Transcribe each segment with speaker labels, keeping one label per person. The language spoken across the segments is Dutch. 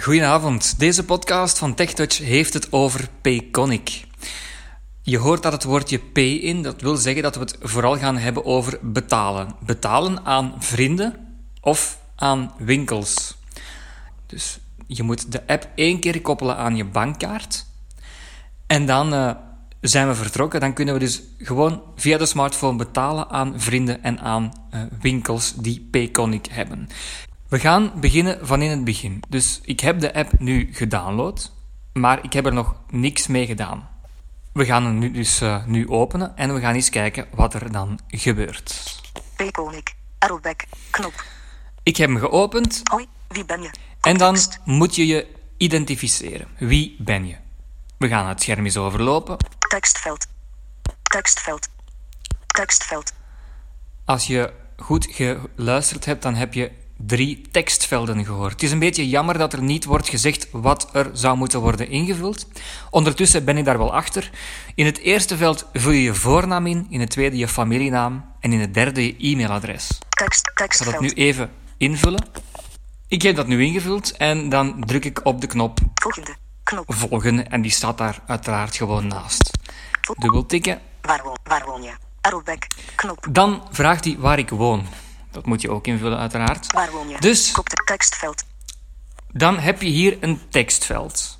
Speaker 1: Goedenavond. Deze podcast van TechTouch heeft het over Payconic. Je hoort daar het woordje P in. Dat wil zeggen dat we het vooral gaan hebben over betalen. Betalen aan vrienden of aan winkels. Dus je moet de app één keer koppelen aan je bankkaart. En dan eh, zijn we vertrokken. Dan kunnen we dus gewoon via de smartphone betalen aan vrienden en aan eh, winkels die Payconic hebben. We gaan beginnen van in het begin. Dus ik heb de app nu gedownload, maar ik heb er nog niks mee gedaan. We gaan hem nu dus eh, nu openen en we gaan eens kijken wat er dan gebeurt.
Speaker 2: Payconic. Arrowback. Knop.
Speaker 1: Ik heb hem geopend
Speaker 2: Hoi, wie ben je?
Speaker 1: en dan
Speaker 2: Context.
Speaker 1: moet je je identificeren. Wie ben je? We gaan het scherm eens overlopen.
Speaker 2: Tekstveld. Tekstveld. Tekstveld.
Speaker 1: Als je goed geluisterd hebt, dan heb je drie tekstvelden gehoord. Het is een beetje jammer dat er niet wordt gezegd wat er zou moeten worden ingevuld. Ondertussen ben ik daar wel achter. In het eerste veld vul je je voornaam in, in het tweede je familienaam en in het derde je e-mailadres. Ik
Speaker 2: Tekst.
Speaker 1: ga dat
Speaker 2: Tekstveld.
Speaker 1: nu even invullen. Ik heb dat nu ingevuld en dan druk ik op de knop
Speaker 2: Volgende. Knop.
Speaker 1: volgen en die staat daar uiteraard gewoon naast. Dubbel tikken
Speaker 2: Waar woon, waar woon je? Arrowback. Knop.
Speaker 1: Dan vraagt hij waar ik woon. Dat moet je ook invullen, uiteraard.
Speaker 2: Waar woon je?
Speaker 1: Dus
Speaker 2: Kopte. Tekstveld.
Speaker 1: dan heb je hier een tekstveld.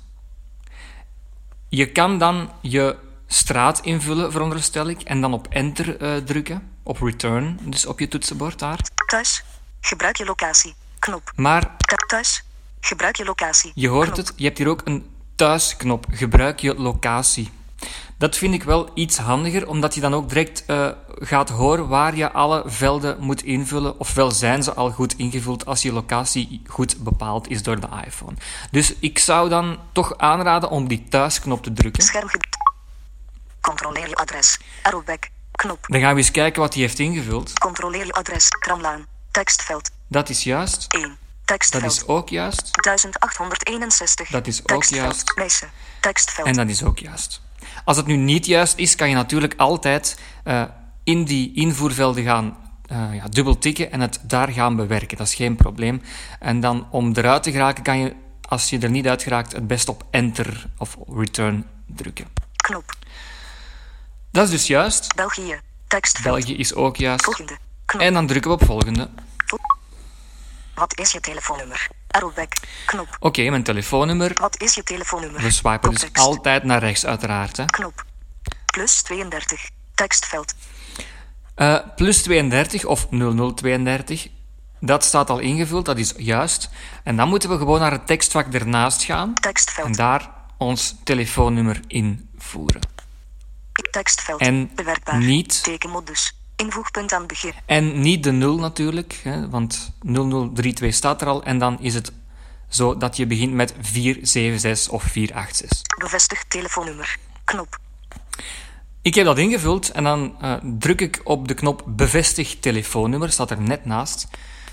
Speaker 1: Je kan dan je straat invullen, veronderstel ik, en dan op enter eh, drukken, op return, dus op je toetsenbord daar.
Speaker 2: Thuis. Gebruik je locatie. Knop.
Speaker 1: Maar
Speaker 2: Te- Thuis. Gebruik je locatie.
Speaker 1: je hoort
Speaker 2: Knop.
Speaker 1: het, je hebt hier ook een thuisknop, gebruik je locatie. Dat vind ik wel iets handiger, omdat je dan ook direct eh, gaat horen waar je alle velden moet invullen. Ofwel zijn ze al goed ingevuld als je locatie goed bepaald is door de iPhone. Dus ik zou dan toch aanraden om die thuisknop te drukken.
Speaker 2: Scherm. ge- Controleer je adres. Arrowback. Knop.
Speaker 1: Dan gaan we eens kijken wat hij heeft ingevuld.
Speaker 2: Controleer je adres. Tramlaan. Tekstveld.
Speaker 1: Dat is juist.
Speaker 2: 1.
Speaker 1: Dat
Speaker 2: Tekstveld.
Speaker 1: is ook juist.
Speaker 2: 1861.
Speaker 1: Dat is ook
Speaker 2: Tekstveld.
Speaker 1: juist.
Speaker 2: Messen. Tekstveld.
Speaker 1: En dat is ook juist. Als het nu niet juist is, kan je natuurlijk altijd eh, in die invoervelden gaan eh ja, dubbel tikken en het daar gaan bewerken. Dat is geen probleem. En dan om eruit te geraken, kan je, als je er niet uit geraakt, het best op enter of return drukken.
Speaker 2: Knop.
Speaker 1: Dat is dus juist.
Speaker 2: België. Tekstveld.
Speaker 1: België is ook juist.
Speaker 2: Volgende. Knop.
Speaker 1: En dan drukken we op volgende.
Speaker 2: Wat is je telefoonnummer? Arrowback. Knop.
Speaker 1: Oké, mijn telefoonnummer.
Speaker 2: Wat is je telefoonnummer?
Speaker 1: We swipen dus
Speaker 2: Context.
Speaker 1: altijd naar rechts, uiteraard. Hè.
Speaker 2: Knop. Plus 32. Tekstveld.
Speaker 1: Eh, plus 32 of 0032. Dat staat al ingevuld, dat is juist. En dan moeten we gewoon naar het tekstvak ernaast gaan en
Speaker 2: Tekstveld.
Speaker 1: daar ons telefoonnummer invoeren.
Speaker 2: Tekstveld.
Speaker 1: En
Speaker 2: Bewerkbaar.
Speaker 1: niet-
Speaker 2: Tekenmodus. Invoegpunt aan het begin.
Speaker 1: En niet de 0 natuurlijk, hè, want 0032 staat er al. En dan is het zo dat je begint met 476 of 486.
Speaker 2: Bevestig telefoonnummer. Knop.
Speaker 1: Ik heb dat ingevuld en dan eh, druk ik op de knop bevestig telefoonnummer, staat er net naast.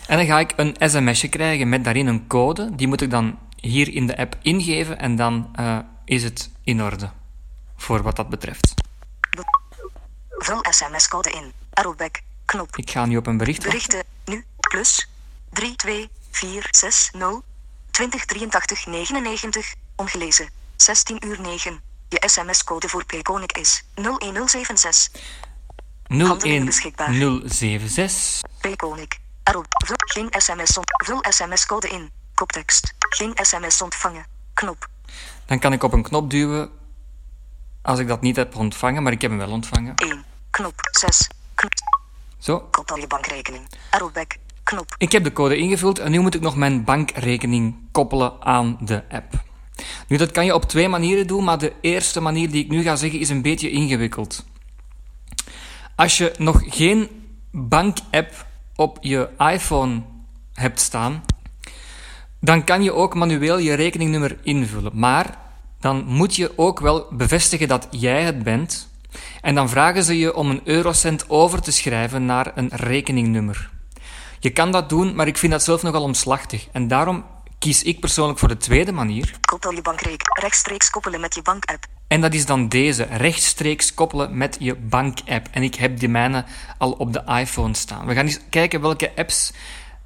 Speaker 1: En dan ga ik een sms'je krijgen met daarin een code. Die moet ik dan hier in de app ingeven en dan eh, is het in orde voor wat dat betreft.
Speaker 2: Vul sms-code in. Arrowback. Knop.
Speaker 1: Ik ga nu op een bericht.
Speaker 2: Berichten. Nu. Plus. 3, 2, 4, 6, 0. 20, 83, 99. Ongelezen. 16 uur 9. Je sms-code voor Payconic is 01076. handelingen beschikbaar.
Speaker 1: 01076.
Speaker 2: Payconic. Erop. Vul geen sms ont. Vul sms-code in. Koptekst. Geen sms ontvangen. Knop.
Speaker 1: Dan kan ik op een knop duwen als ik dat niet heb ontvangen, maar ik heb hem wel ontvangen.
Speaker 2: 1. Knop. 6. Knop.
Speaker 1: Zo.
Speaker 2: Koppel je bankrekening. Arrowback. Knop.
Speaker 1: Ik heb de code ingevuld en nu moet ik nog mijn bankrekening koppelen aan de app. Nu, dat kan je op twee manieren doen, maar de eerste manier die ik nu ga zeggen is een beetje ingewikkeld. Als je nog geen bank-app op je iPhone hebt staan, dan kan je ook manueel je rekeningnummer invullen. Maar dan moet je ook wel bevestigen dat jij het bent. En dan vragen ze je om een eurocent over te schrijven naar een rekeningnummer. Je kan dat doen, maar ik vind dat zelf nogal omslachtig. En daarom kies ik persoonlijk voor de tweede manier.
Speaker 2: Koppel je bankrekening. Rechtstreeks koppelen met je bank-app.
Speaker 1: En dat is dan deze, rechtstreeks koppelen met je bank-app. En ik heb die mijne al op de iPhone staan. We gaan eens kijken welke apps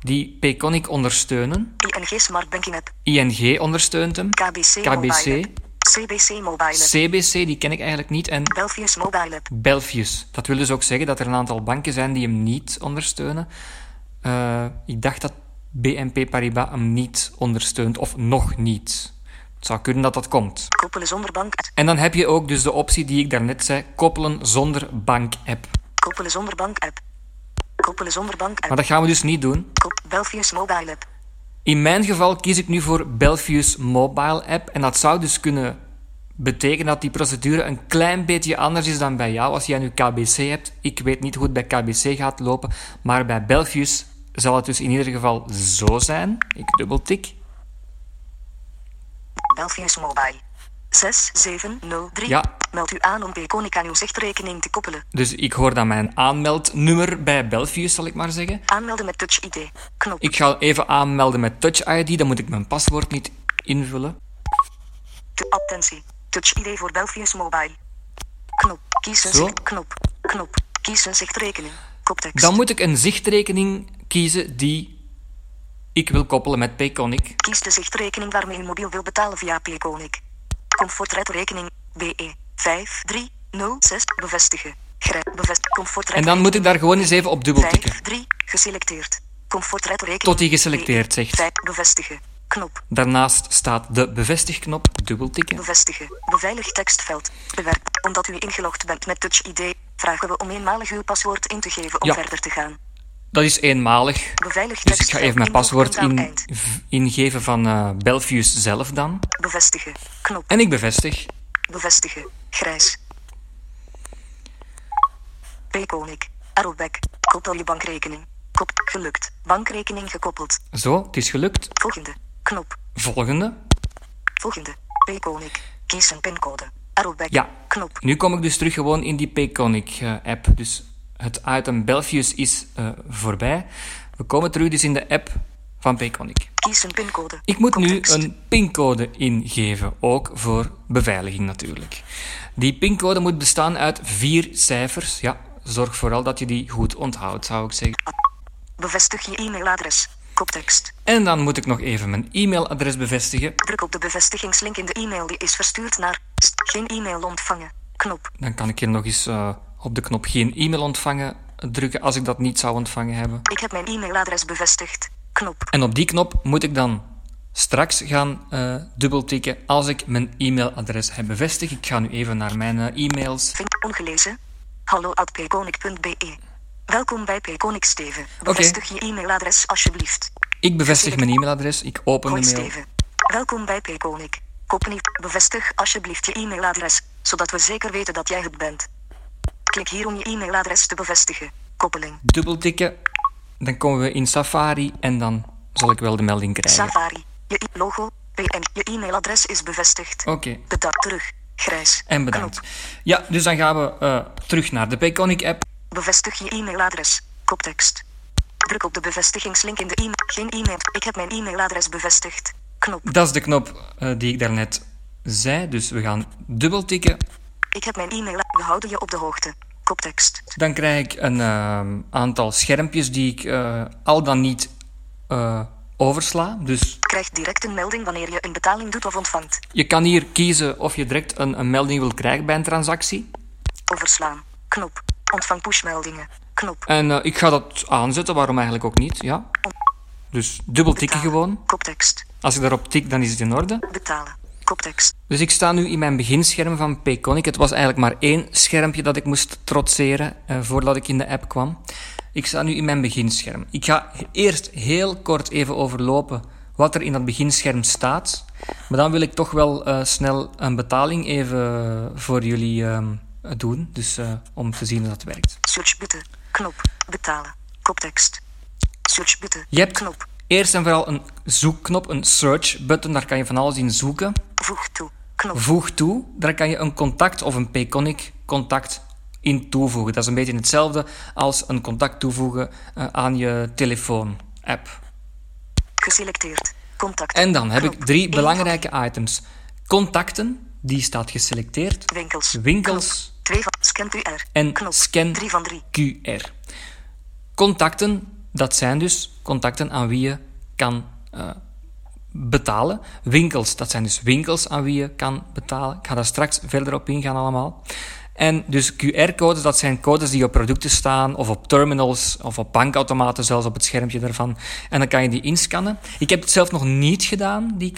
Speaker 1: die Payconic ondersteunen.
Speaker 2: ING Smart Banking App.
Speaker 1: ING ondersteunt hem.
Speaker 2: KBC, Mobile
Speaker 1: KBC.
Speaker 2: App. CBC Mobile App.
Speaker 1: CBC, die ken ik eigenlijk niet. En
Speaker 2: Belfius Mobile App.
Speaker 1: Belfius. Dat wil dus ook zeggen dat er een aantal banken zijn die hem niet ondersteunen. Eh, ik dacht dat BNP Paribas hem niet ondersteunt, of nog niet. Het zou kunnen dat dat komt.
Speaker 2: Koppelen zonder bank. app.
Speaker 1: En dan heb je ook dus de optie die ik daarnet zei, koppelen zonder bank-app.
Speaker 2: Koppelen zonder bank app. Koppelen zonder bank app.
Speaker 1: Maar dat gaan we dus niet doen.
Speaker 2: Kop Belfius Mobile App.
Speaker 1: In mijn geval kies ik nu voor Belfius Mobile App. En dat zou dus kunnen betekenen dat die procedure een klein beetje anders is dan bij jou. Als jij nu KBC hebt, ik weet niet hoe het bij KBC gaat lopen. Maar bij Belfius zal het dus in ieder geval zo zijn. Ik dubbeltik.
Speaker 2: Belfius Mobile. 6703.
Speaker 1: Ja.
Speaker 2: Meld u aan om Payconic aan uw zichtrekening te koppelen.
Speaker 1: Dus ik hoor dan mijn aanmeldnummer bij Belfius, zal ik maar zeggen.
Speaker 2: Aanmelden met Touch ID. Knop.
Speaker 1: Ik ga even aanmelden met Touch ID, dan moet ik mijn paswoord niet invullen.
Speaker 2: Te- Attentie. Touch ID voor Belfius Mobile. Knop. Kies een
Speaker 1: Zo.
Speaker 2: zicht. Knop. Knop. Kies een zichtrekening. Koptekst.
Speaker 1: Dan moet ik een zichtrekening kiezen die ik wil koppelen met Payconic.
Speaker 2: Kies de zichtrekening waarmee u mobiel wil betalen via Payconic. Comfortredrekening. BE. 5306. Bevestigen. Grij- Bevest.
Speaker 1: En
Speaker 2: Comfortred.
Speaker 1: dan moet ik daar gewoon eens even op dubbel tikken.
Speaker 2: 5, 3, geselecteerd. Comfortredrekening.
Speaker 1: Tot die geselecteerd zegt.
Speaker 2: Vijf- Bevestigen. Knop.
Speaker 1: Daarnaast staat de bevestigknop dubbel tikken.
Speaker 2: Bevestigen. Beveiligd tekstveld. Bewerkt. Omdat u ingelogd bent met Touch ID, vragen we om eenmalig uw paswoord in te geven om
Speaker 1: Ja.
Speaker 2: verder te gaan.
Speaker 1: Dat is eenmalig.
Speaker 2: Beveiligd
Speaker 1: Dus ik ga
Speaker 2: tekstveld.
Speaker 1: even mijn paswoord
Speaker 2: invoeren aan
Speaker 1: in,
Speaker 2: eind.
Speaker 1: v- ingeven van eh Belfius zelf dan.
Speaker 2: Bevestigen. Knop.
Speaker 1: En ik bevestig.
Speaker 2: Bevestigen. Grijs. Payconic. Arrowback. Koppel je bankrekening. Kop. Gelukt. Bankrekening gekoppeld.
Speaker 1: Zo, het is gelukt.
Speaker 2: Volgende. Knop.
Speaker 1: Volgende.
Speaker 2: Volgende. Payconic. Kies een pincode. Arrowback.
Speaker 1: Ja.
Speaker 2: Knop.
Speaker 1: Nu kom ik dus terug gewoon in die Payconic eh, app. Dus het item Belfius is eh, voorbij. We komen terug dus in de app van Payconic.
Speaker 2: Kies een pincode.
Speaker 1: Ik moet nu
Speaker 2: Context.
Speaker 1: een pincode ingeven, ook voor beveiliging natuurlijk. Die pincode moet bestaan uit vier cijfers. Ja, zorg vooral dat je die goed onthoudt, zou ik zeggen.
Speaker 2: Bevestig je e-mailadres. Koptekst.
Speaker 1: En dan moet ik nog even mijn e-mailadres bevestigen.
Speaker 2: Druk op de bevestigingslink in de e-mail die is verstuurd naar st- geen e-mail ontvangen. Knop.
Speaker 1: Dan kan ik hier nog eens eh, op de knop geen e-mail ontvangen drukken als ik dat niet zou ontvangen hebben.
Speaker 2: Ik heb mijn e-mailadres bevestigd. Knop.
Speaker 1: En op die knop moet ik dan straks gaan eh dubbeltikken als ik mijn e-mailadres heb bevestigd. Ik ga nu even naar mijn eh, e-mails.
Speaker 2: Vind ongelezen. Hallo at payconic.be. Welkom bij Payconic Steven. Bevestig je e-mailadres alsjeblieft.
Speaker 1: Ik bevestig mijn e-mailadres, ik open
Speaker 2: Hoi
Speaker 1: de mail.
Speaker 2: Steven. Welkom bij Payconic. Kop niet. Bevestig alsjeblieft je e-mailadres, zodat we zeker weten dat jij het bent. Klik hier om je e-mailadres te bevestigen. Koppeling.
Speaker 1: dubbeltikken. Dan komen we in Safari en dan zal ik wel de melding krijgen.
Speaker 2: Safari. Je i- logo. PN. Je e-mailadres is bevestigd.
Speaker 1: Oké,
Speaker 2: Bedankt terug. Grijs.
Speaker 1: Oh. en bedankt.
Speaker 2: Knop.
Speaker 1: Ja, dus dan gaan we eh, terug naar de Payconic app.
Speaker 2: Bevestig je e-mailadres. Koptekst. Druk op de bevestigingslink in de e-mail. Geen e-mail. Ik heb mijn e-mailadres bevestigd. Knop.
Speaker 1: Dat is de knop eh, die ik daarnet zei. Dus we gaan dubbeltikken.
Speaker 2: Ik heb mijn e-mail. We houden je op de hoogte. Koptekst.
Speaker 1: Dan krijg ik een ehm, aantal schermpjes die ik eh, al dan niet eh, oversla. Dus
Speaker 2: Krijg direct een melding wanneer je een betaling doet of ontvangt.
Speaker 1: je kan hier kiezen of je direct een, een melding wil krijgen bij een transactie.
Speaker 2: Overslaan. Knop. Ontvang pushmeldingen. Knop.
Speaker 1: En eh, ik ga dat aanzetten, waarom eigenlijk ook niet. Ja. Dus dubbeltikken
Speaker 2: Betalen.
Speaker 1: gewoon.
Speaker 2: Koptekst.
Speaker 1: Als ik daarop tik, dan is het in orde.
Speaker 2: Betalen. Koptekst.
Speaker 1: Dus ik sta nu in mijn beginscherm van Payconic. Het was eigenlijk maar één schermpje dat ik moest trotseren eh, voordat ik in de app kwam. Ik sta nu in mijn beginscherm. Ik ga eerst heel kort even overlopen wat er in dat beginscherm staat. Maar dan wil ik toch wel eh, snel een betaling even voor jullie ehm, doen. Dus eh, om te zien hoe dat werkt.
Speaker 2: Search button. Knop. Betalen. Koptekst. Search button.
Speaker 1: Je hebt
Speaker 2: Knop.
Speaker 1: eerst en vooral een zoekknop, een search button. Daar kan je van alles in zoeken.
Speaker 2: Voeg toe. Knop.
Speaker 1: Voeg toe, daar kan je een contact of een Payconic contact in toevoegen. Dat is een beetje hetzelfde als een contact toevoegen eh, aan je telefoon-app.
Speaker 2: Geselecteerd. Contact.
Speaker 1: En dan heb ik
Speaker 2: Knop.
Speaker 1: drie
Speaker 2: Eén
Speaker 1: belangrijke items. Contacten, die staat geselecteerd.
Speaker 2: van- Winkels.
Speaker 1: Winkels
Speaker 2: Knop. Twee van scan QR.
Speaker 1: en
Speaker 2: Knop.
Speaker 1: scan
Speaker 2: Drie van drie.
Speaker 1: QR. Contacten, dat zijn dus contacten aan wie je kan eh, betalen. Winkels, dat zijn dus winkels aan wie je kan betalen. Ik ga daar straks verder op ingaan allemaal. En dus QR-codes, dat zijn codes die op producten staan, of op terminals, of op bankautomaten, zelfs op het schermpje daarvan. En dan kan je die inscannen. Ik heb het zelf nog niet gedaan, die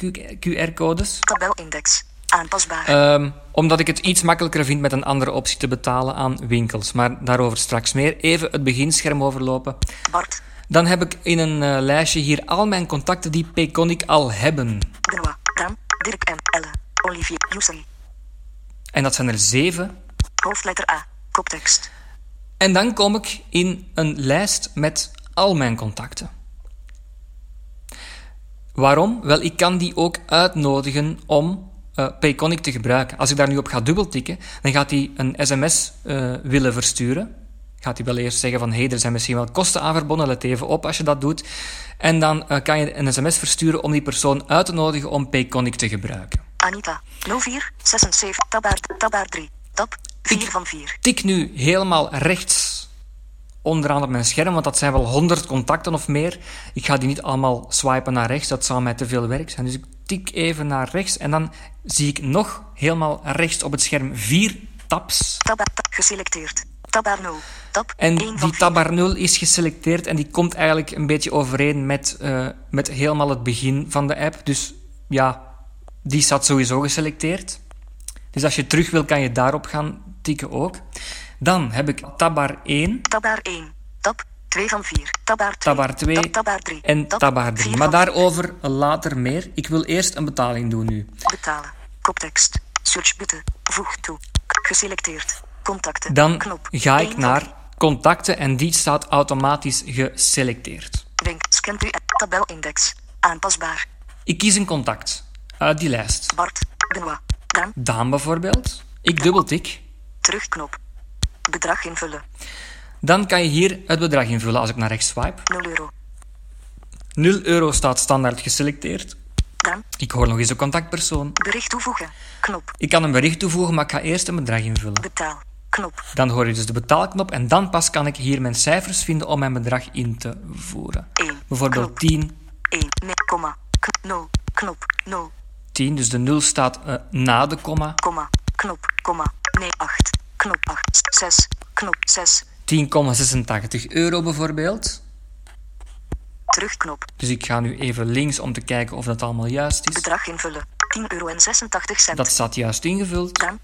Speaker 1: QR-codes.
Speaker 2: Tabelindex. Aanpasbaar.
Speaker 1: Ehm, omdat ik het iets makkelijker vind met een andere optie te betalen aan winkels. Maar daarover straks meer. Even het beginscherm overlopen.
Speaker 2: Bart.
Speaker 1: Dan heb ik in een eh, lijstje hier al mijn contacten die Peconic al hebben.
Speaker 2: Benoit. Dan. Dirk M. Elle. Olivier. Jussen.
Speaker 1: En dat zijn er zeven.
Speaker 2: Hoofdletter A. Koptekst.
Speaker 1: En dan kom ik in een lijst met al mijn contacten. Waarom? Wel, ik kan die ook uitnodigen om eh Payconic te gebruiken. Als ik daar nu op ga dubbeltikken, dan gaat hij een sms eh, willen versturen. Gaat hij wel eerst zeggen van, hé, hey, er zijn misschien wel kosten aan verbonden, let even op als je dat doet. En dan eh, kan je een sms versturen om die persoon uit te nodigen om Payconic te gebruiken.
Speaker 2: Anita. 04. 76. Tabaar. Tabaar 3. Tab. 4 van 4.
Speaker 1: tik nu helemaal rechts onderaan op mijn scherm, want dat zijn wel 100 contacten of meer. Ik ga die niet allemaal swipen naar rechts, dat zou mij te veel werk zijn. Dus ik tik even naar rechts en dan zie ik nog helemaal rechts op het scherm vier tabs.
Speaker 2: Tabaar. Geselecteerd. Tabaar 0. Tab.
Speaker 1: En
Speaker 2: 1
Speaker 1: die
Speaker 2: van 4.
Speaker 1: tabar 0 is geselecteerd en die komt eigenlijk een beetje overeen met, eh, met helemaal het begin van de app. Dus ja, die staat sowieso geselecteerd. Dus als je terug wil, kan je daarop gaan tikken ook. Dan heb ik tabar 1.
Speaker 2: Tabaar 1. Tab. 2 van 4. Tabaar 2.
Speaker 1: Tabar 2
Speaker 2: Tab- Tabaar 3.
Speaker 1: en
Speaker 2: Tab.
Speaker 1: Tabar
Speaker 2: 4
Speaker 1: 3. Maar
Speaker 2: van
Speaker 1: daarover later meer. Ik wil eerst een betaling doen nu.
Speaker 2: Betalen. Koptekst. Search button. Voeg toe. Geselecteerd. Contacten.
Speaker 1: Dan
Speaker 2: Knop.
Speaker 1: ga
Speaker 2: Eén
Speaker 1: ik
Speaker 2: van-
Speaker 1: naar contacten en die staat automatisch geselecteerd.
Speaker 2: Wink. Scan u. Tabelindex. Aanpasbaar.
Speaker 1: Ik kies een contact uit die lijst.
Speaker 2: Bart. Benoit. Dan.
Speaker 1: Daan bijvoorbeeld. Ik dubbeltik.
Speaker 2: Terugknop. Bedrag invullen.
Speaker 1: Dan kan je hier het bedrag invullen als ik naar rechts swipe.
Speaker 2: 0 euro.
Speaker 1: 0 euro staat standaard geselecteerd.
Speaker 2: Dan.
Speaker 1: Ik hoor nog eens de contactpersoon.
Speaker 2: Bericht toevoegen. Knop.
Speaker 1: Ik kan een bericht toevoegen, maar ik ga eerst een bedrag invullen.
Speaker 2: Betaal. Knop.
Speaker 1: Dan hoor je dus de betaalknop en dan pas kan ik hier mijn cijfers vinden om mijn bedrag in te voeren.
Speaker 2: 1.
Speaker 1: Bijvoorbeeld 10.
Speaker 2: 1. Nee, komma. K- 0. Knop. 0.
Speaker 1: 10, dus de 0 staat eh, na de komma.
Speaker 2: Komma. Knop. Komma. Nee, 8. Knop 8. 6. Knop 6.
Speaker 1: 10,86 euro bijvoorbeeld.
Speaker 2: Terugknop.
Speaker 1: Dus ik ga nu even links om te kijken of dat allemaal juist is.
Speaker 2: Bedrag invullen. 10 euro en 86 cent.
Speaker 1: Dat staat juist ingevuld.
Speaker 2: Dan.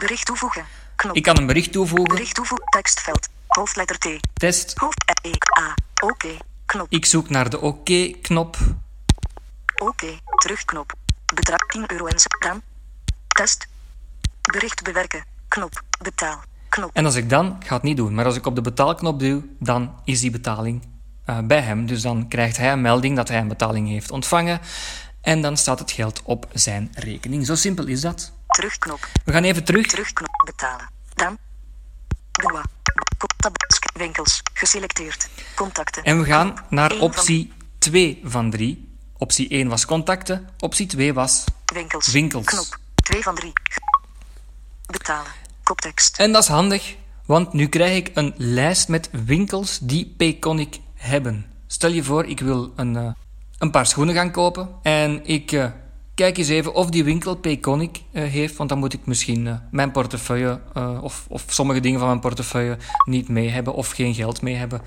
Speaker 2: Bericht toevoegen. Knop.
Speaker 1: Ik kan een bericht toevoegen.
Speaker 2: Bericht toevoegen. Tekstveld. Hoofdletter T.
Speaker 1: Test.
Speaker 2: Hoofd E. A. Oké. Knop.
Speaker 1: Ik zoek naar de OK-knop.
Speaker 2: Oké. Terugknop. Bedrag 10 euro en z- dan. Test. Bericht bewerken. Knop. Betaal. Knop.
Speaker 1: En als ik dan, ik ga het niet doen, maar als ik op de betaalknop duw, dan is die betaling eh, bij hem. Dus dan krijgt hij een melding dat hij een betaling heeft ontvangen. En dan staat het geld op zijn rekening. Zo simpel is dat.
Speaker 2: Terugknop.
Speaker 1: We gaan even terug.
Speaker 2: Terugknop. Betalen. Dan. Doa. Tabsk. Winkels. Geselecteerd. Contacten.
Speaker 1: En we gaan
Speaker 2: Eén
Speaker 1: naar
Speaker 2: van-
Speaker 1: optie 2 van 3. Optie 1 was contacten, optie 2 was.
Speaker 2: Winkels.
Speaker 1: Winkels.
Speaker 2: Knop. 2 van 3. Betalen. Koptekst.
Speaker 1: En dat is handig, want nu krijg ik een lijst met winkels die Payconic hebben. Stel je voor, ik wil een, eh, een paar schoenen gaan kopen en ik eh, kijk eens even of die winkel Payconic eh, heeft, want dan moet ik misschien eh, mijn portefeuille eh, of, of sommige dingen van mijn portefeuille niet mee hebben of geen geld mee hebben.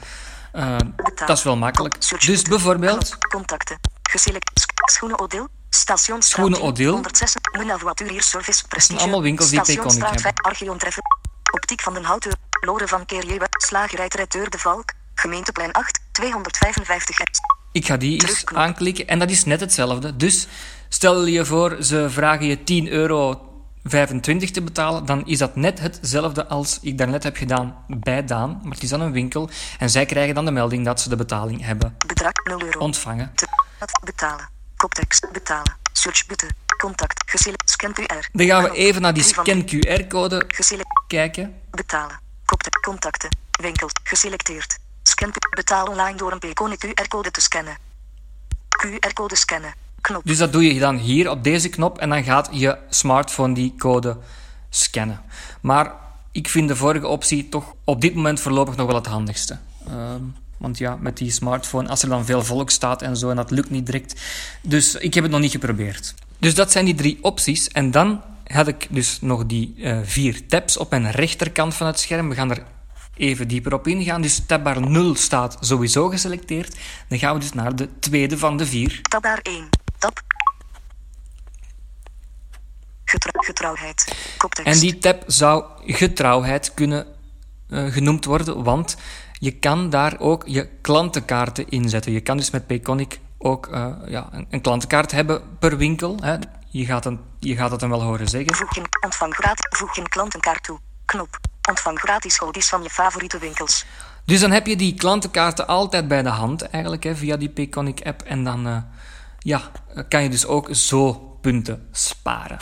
Speaker 1: Eh, dat is wel makkelijk.
Speaker 2: Search
Speaker 1: Dus bijvoorbeeld,
Speaker 2: Knop. Contacten. Geselecteerd. Sch- Schoenen Odil. Station
Speaker 1: Schoenen Odil.
Speaker 2: 106. Muna Service Prestige.
Speaker 1: allemaal winkels die Payconic
Speaker 2: Stationstraat
Speaker 1: hebben.
Speaker 2: vijf, Archeon Treffen. Optiek van den Houten. Loren van Kerjewe. Slagerij Traiteur de Valk. Gemeenteplein 8. 255.
Speaker 1: Ik ga die eens
Speaker 2: Terugknop.
Speaker 1: aanklikken en dat is net hetzelfde. Dus stel je voor, ze vragen je 10 euro 25 te betalen, dan is dat net hetzelfde als ik daarnet heb gedaan bij Daan, maar het is dan een winkel en zij krijgen dan de melding dat ze de betaling hebben
Speaker 2: Bedrag 0 euro.
Speaker 1: ontvangen.
Speaker 2: Te- Betalen. Koptekst. Betalen. Search button. Contact. Geselecteerd. Scan QR.
Speaker 1: Dan gaan we even naar die
Speaker 2: Drie van-
Speaker 1: scan QR-code
Speaker 2: Geselecteerd.
Speaker 1: kijken.
Speaker 2: Betalen. Kopte- Contacten. Winkel. Geselecteerd. Scan. Betaal online door een Payconic QR-code te scannen. QR-code scannen. Knop.
Speaker 1: Dus dat doe je dan hier op deze knop en dan gaat je smartphone die code scannen. Maar ik vind de vorige optie toch op dit moment voorlopig nog wel het handigste. Ehm, Want ja, met die smartphone, als er dan veel volk staat en zo, en dat lukt niet direct. Dus ik heb het nog niet geprobeerd. Dus dat zijn die drie opties. En dan had ik dus nog die eh, vier tabs op mijn rechterkant van het scherm. We gaan er even dieper op ingaan. Dus tabbar 0 staat sowieso geselecteerd. Dan gaan we dus naar de tweede van de vier.
Speaker 2: Tabbaar 1. Tab. Getrou- getrouwheid. Koptekst.
Speaker 1: En die tab zou getrouwheid kunnen eh, genoemd worden, want je kan daar ook je klantenkaarten inzetten. Je kan dus met Payconic ook eh, ja, een, een klantenkaart hebben per winkel. Hè. Je, gaat een, je gaat dat dan wel horen zeggen.
Speaker 2: Voeg je, ontvang gratis. Voeg je klantenkaart toe. Knop. Ontvang gratis hoodies van je favoriete winkels.
Speaker 1: Dus dan heb je die klantenkaarten altijd bij de hand, eigenlijk, hè, via die Payconic app. En dan eh, ja, kan je dus ook zo punten sparen.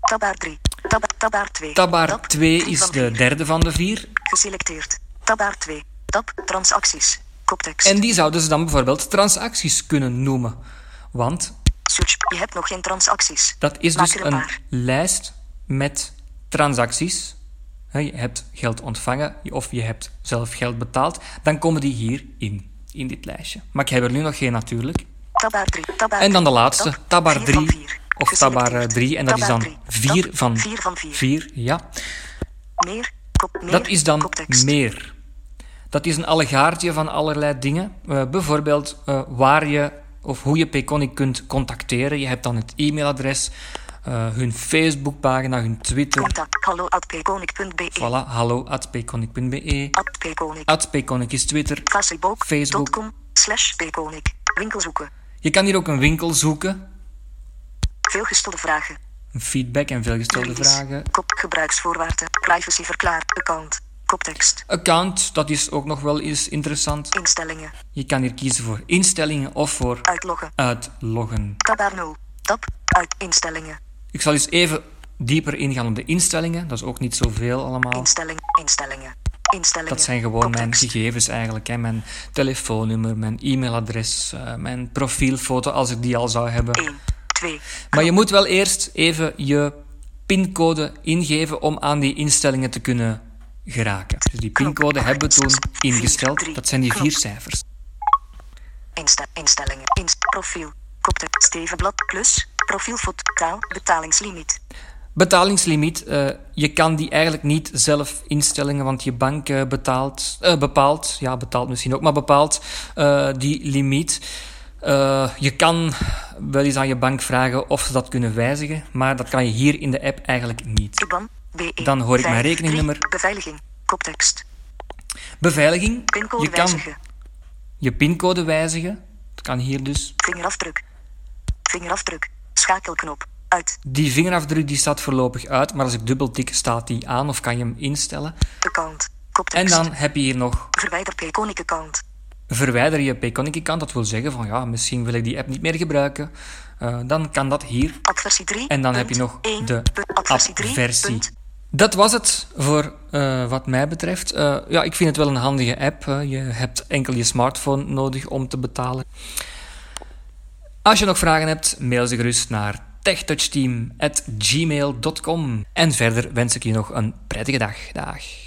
Speaker 2: Tabbaar 3. Tab, tabbaar 2.
Speaker 1: Tabbar
Speaker 2: Tab.
Speaker 1: 2
Speaker 2: Drie
Speaker 1: is
Speaker 2: van
Speaker 1: de
Speaker 2: vier.
Speaker 1: derde van de vier.
Speaker 2: Geselecteerd. Tabbaar 2. Tab. Transacties. Koptekst.
Speaker 1: En die zouden ze dan bijvoorbeeld transacties kunnen noemen. Want
Speaker 2: Search. Je hebt nog geen transacties.
Speaker 1: Dat is
Speaker 2: Maak
Speaker 1: dus
Speaker 2: er
Speaker 1: een
Speaker 2: paar.
Speaker 1: lijst met transacties. Hè, Je hebt geld ontvangen of je hebt zelf geld betaald. Dan komen die hier in, in dit lijstje. Maar ik heb er nu nog geen natuurlijk.
Speaker 2: Tabbaar 3. Tabbaar
Speaker 1: En dan de
Speaker 2: drie.
Speaker 1: laatste,
Speaker 2: Tab.
Speaker 1: tabbar
Speaker 2: Vier van
Speaker 1: 3
Speaker 2: vier.
Speaker 1: of tabbar
Speaker 2: Geselecteerd.
Speaker 1: 3. En dat is
Speaker 2: Tabbaar
Speaker 1: dan
Speaker 2: drie.
Speaker 1: vier
Speaker 2: Tab.
Speaker 1: van
Speaker 2: Vier van vier.
Speaker 1: 4. Ja,
Speaker 2: Meer. Kop, meer.
Speaker 1: dat is dan
Speaker 2: koptekst.
Speaker 1: meer. Dat is een allegaartje van allerlei dingen. Eh, bijvoorbeeld eh, waar je of hoe je Peconic kunt contacteren. Je hebt dan het e-mailadres, eh, hun Facebookpagina, hun Twitter.
Speaker 2: Contact. Hallo at pkonik.be.
Speaker 1: Voilà, hallo at pkonik.be.
Speaker 2: At pkonik.
Speaker 1: At pkonik is Twitter. Facebook.
Speaker 2: Facebook.com slash pkonik. Winkel zoeken.
Speaker 1: Je kan hier ook een winkel zoeken.
Speaker 2: Veelgestelde vragen.
Speaker 1: Feedback en veelgestelde
Speaker 2: Juridisch.
Speaker 1: vragen.
Speaker 2: Kop gebruiksvoorwaarden. Privacy verklaard. Account. Koptekst.
Speaker 1: Account, dat is ook nog wel eens interessant.
Speaker 2: Instellingen.
Speaker 1: Je kan hier kiezen voor instellingen of voor
Speaker 2: Uitloggen.
Speaker 1: uitloggen.
Speaker 2: Tabbaar 0. Tab. Uit. Instellingen.
Speaker 1: Ik zal eens even dieper ingaan op de instellingen. Dat is ook niet zoveel allemaal.
Speaker 2: Instelling. Instellingen. Instellingen.
Speaker 1: Oh. Dat zijn gewoon eh, mijn
Speaker 2: Koptekst.
Speaker 1: gegevens eigenlijk. Hè. Mijn telefoonnummer, mijn e-mailadres, eh, mijn profielfoto als ik die al zou hebben.
Speaker 2: 1. 2.
Speaker 1: Maar je moet wel eerst even je pincode ingeven om aan die instellingen te kunnen geraken. Dus die pincode hebben we toen ingesteld. Dat zijn die vier cijfers.
Speaker 2: Insta- instellingen. Inst profiel. Koptekst. Steven Blad. Plus. Profielfoto. Taal. Betalingslimiet.
Speaker 1: Betalingslimiet. eh, je kan die eigenlijk niet zelf instellen, want je bank eh, betaalt, eh, bepaalt, ja betaalt misschien ook, maar bepaalt eh, die limiet. Eh, je kan wel eens aan je bank vragen of ze dat kunnen wijzigen, maar dat kan je hier in de app eigenlijk niet.
Speaker 2: IBAN. BE.
Speaker 1: Dan hoor ik mijn
Speaker 2: 5,
Speaker 1: rekeningnummer.
Speaker 2: 3, E Beveiliging. Koptekst.
Speaker 1: Beveiliging.
Speaker 2: Pincode
Speaker 1: Je kan
Speaker 2: wijzigen.
Speaker 1: je pincode wijzigen. Dat kan hier dus.
Speaker 2: Vingerafdruk. Vingerafdruk. Schakelknop. Uit.
Speaker 1: Die vingerafdruk die staat voorlopig uit, maar als ik dubbel tik staat die aan of kan je hem instellen.
Speaker 2: Account.
Speaker 1: En
Speaker 2: Koptekst.
Speaker 1: dan heb je hier nog
Speaker 2: Verwijder Payconic account.
Speaker 1: verwijder je Payconic account. Dat wil zeggen van ja, misschien wil ik die app niet meer gebruiken. Eh, dan kan dat hier.
Speaker 2: Adversie 3.
Speaker 1: En dan heb je nog de
Speaker 2: adversie 3.
Speaker 1: versie.
Speaker 2: punt.
Speaker 1: Dat was het voor eh, wat mij betreft. Eh, ja, ik vind het wel een handige app. hè. Je hebt enkel je smartphone nodig om te betalen. Als je nog vragen hebt, mail ze gerust naar techtouchteam.gmail.com. En verder wens ik je nog een prettige dag. Dag.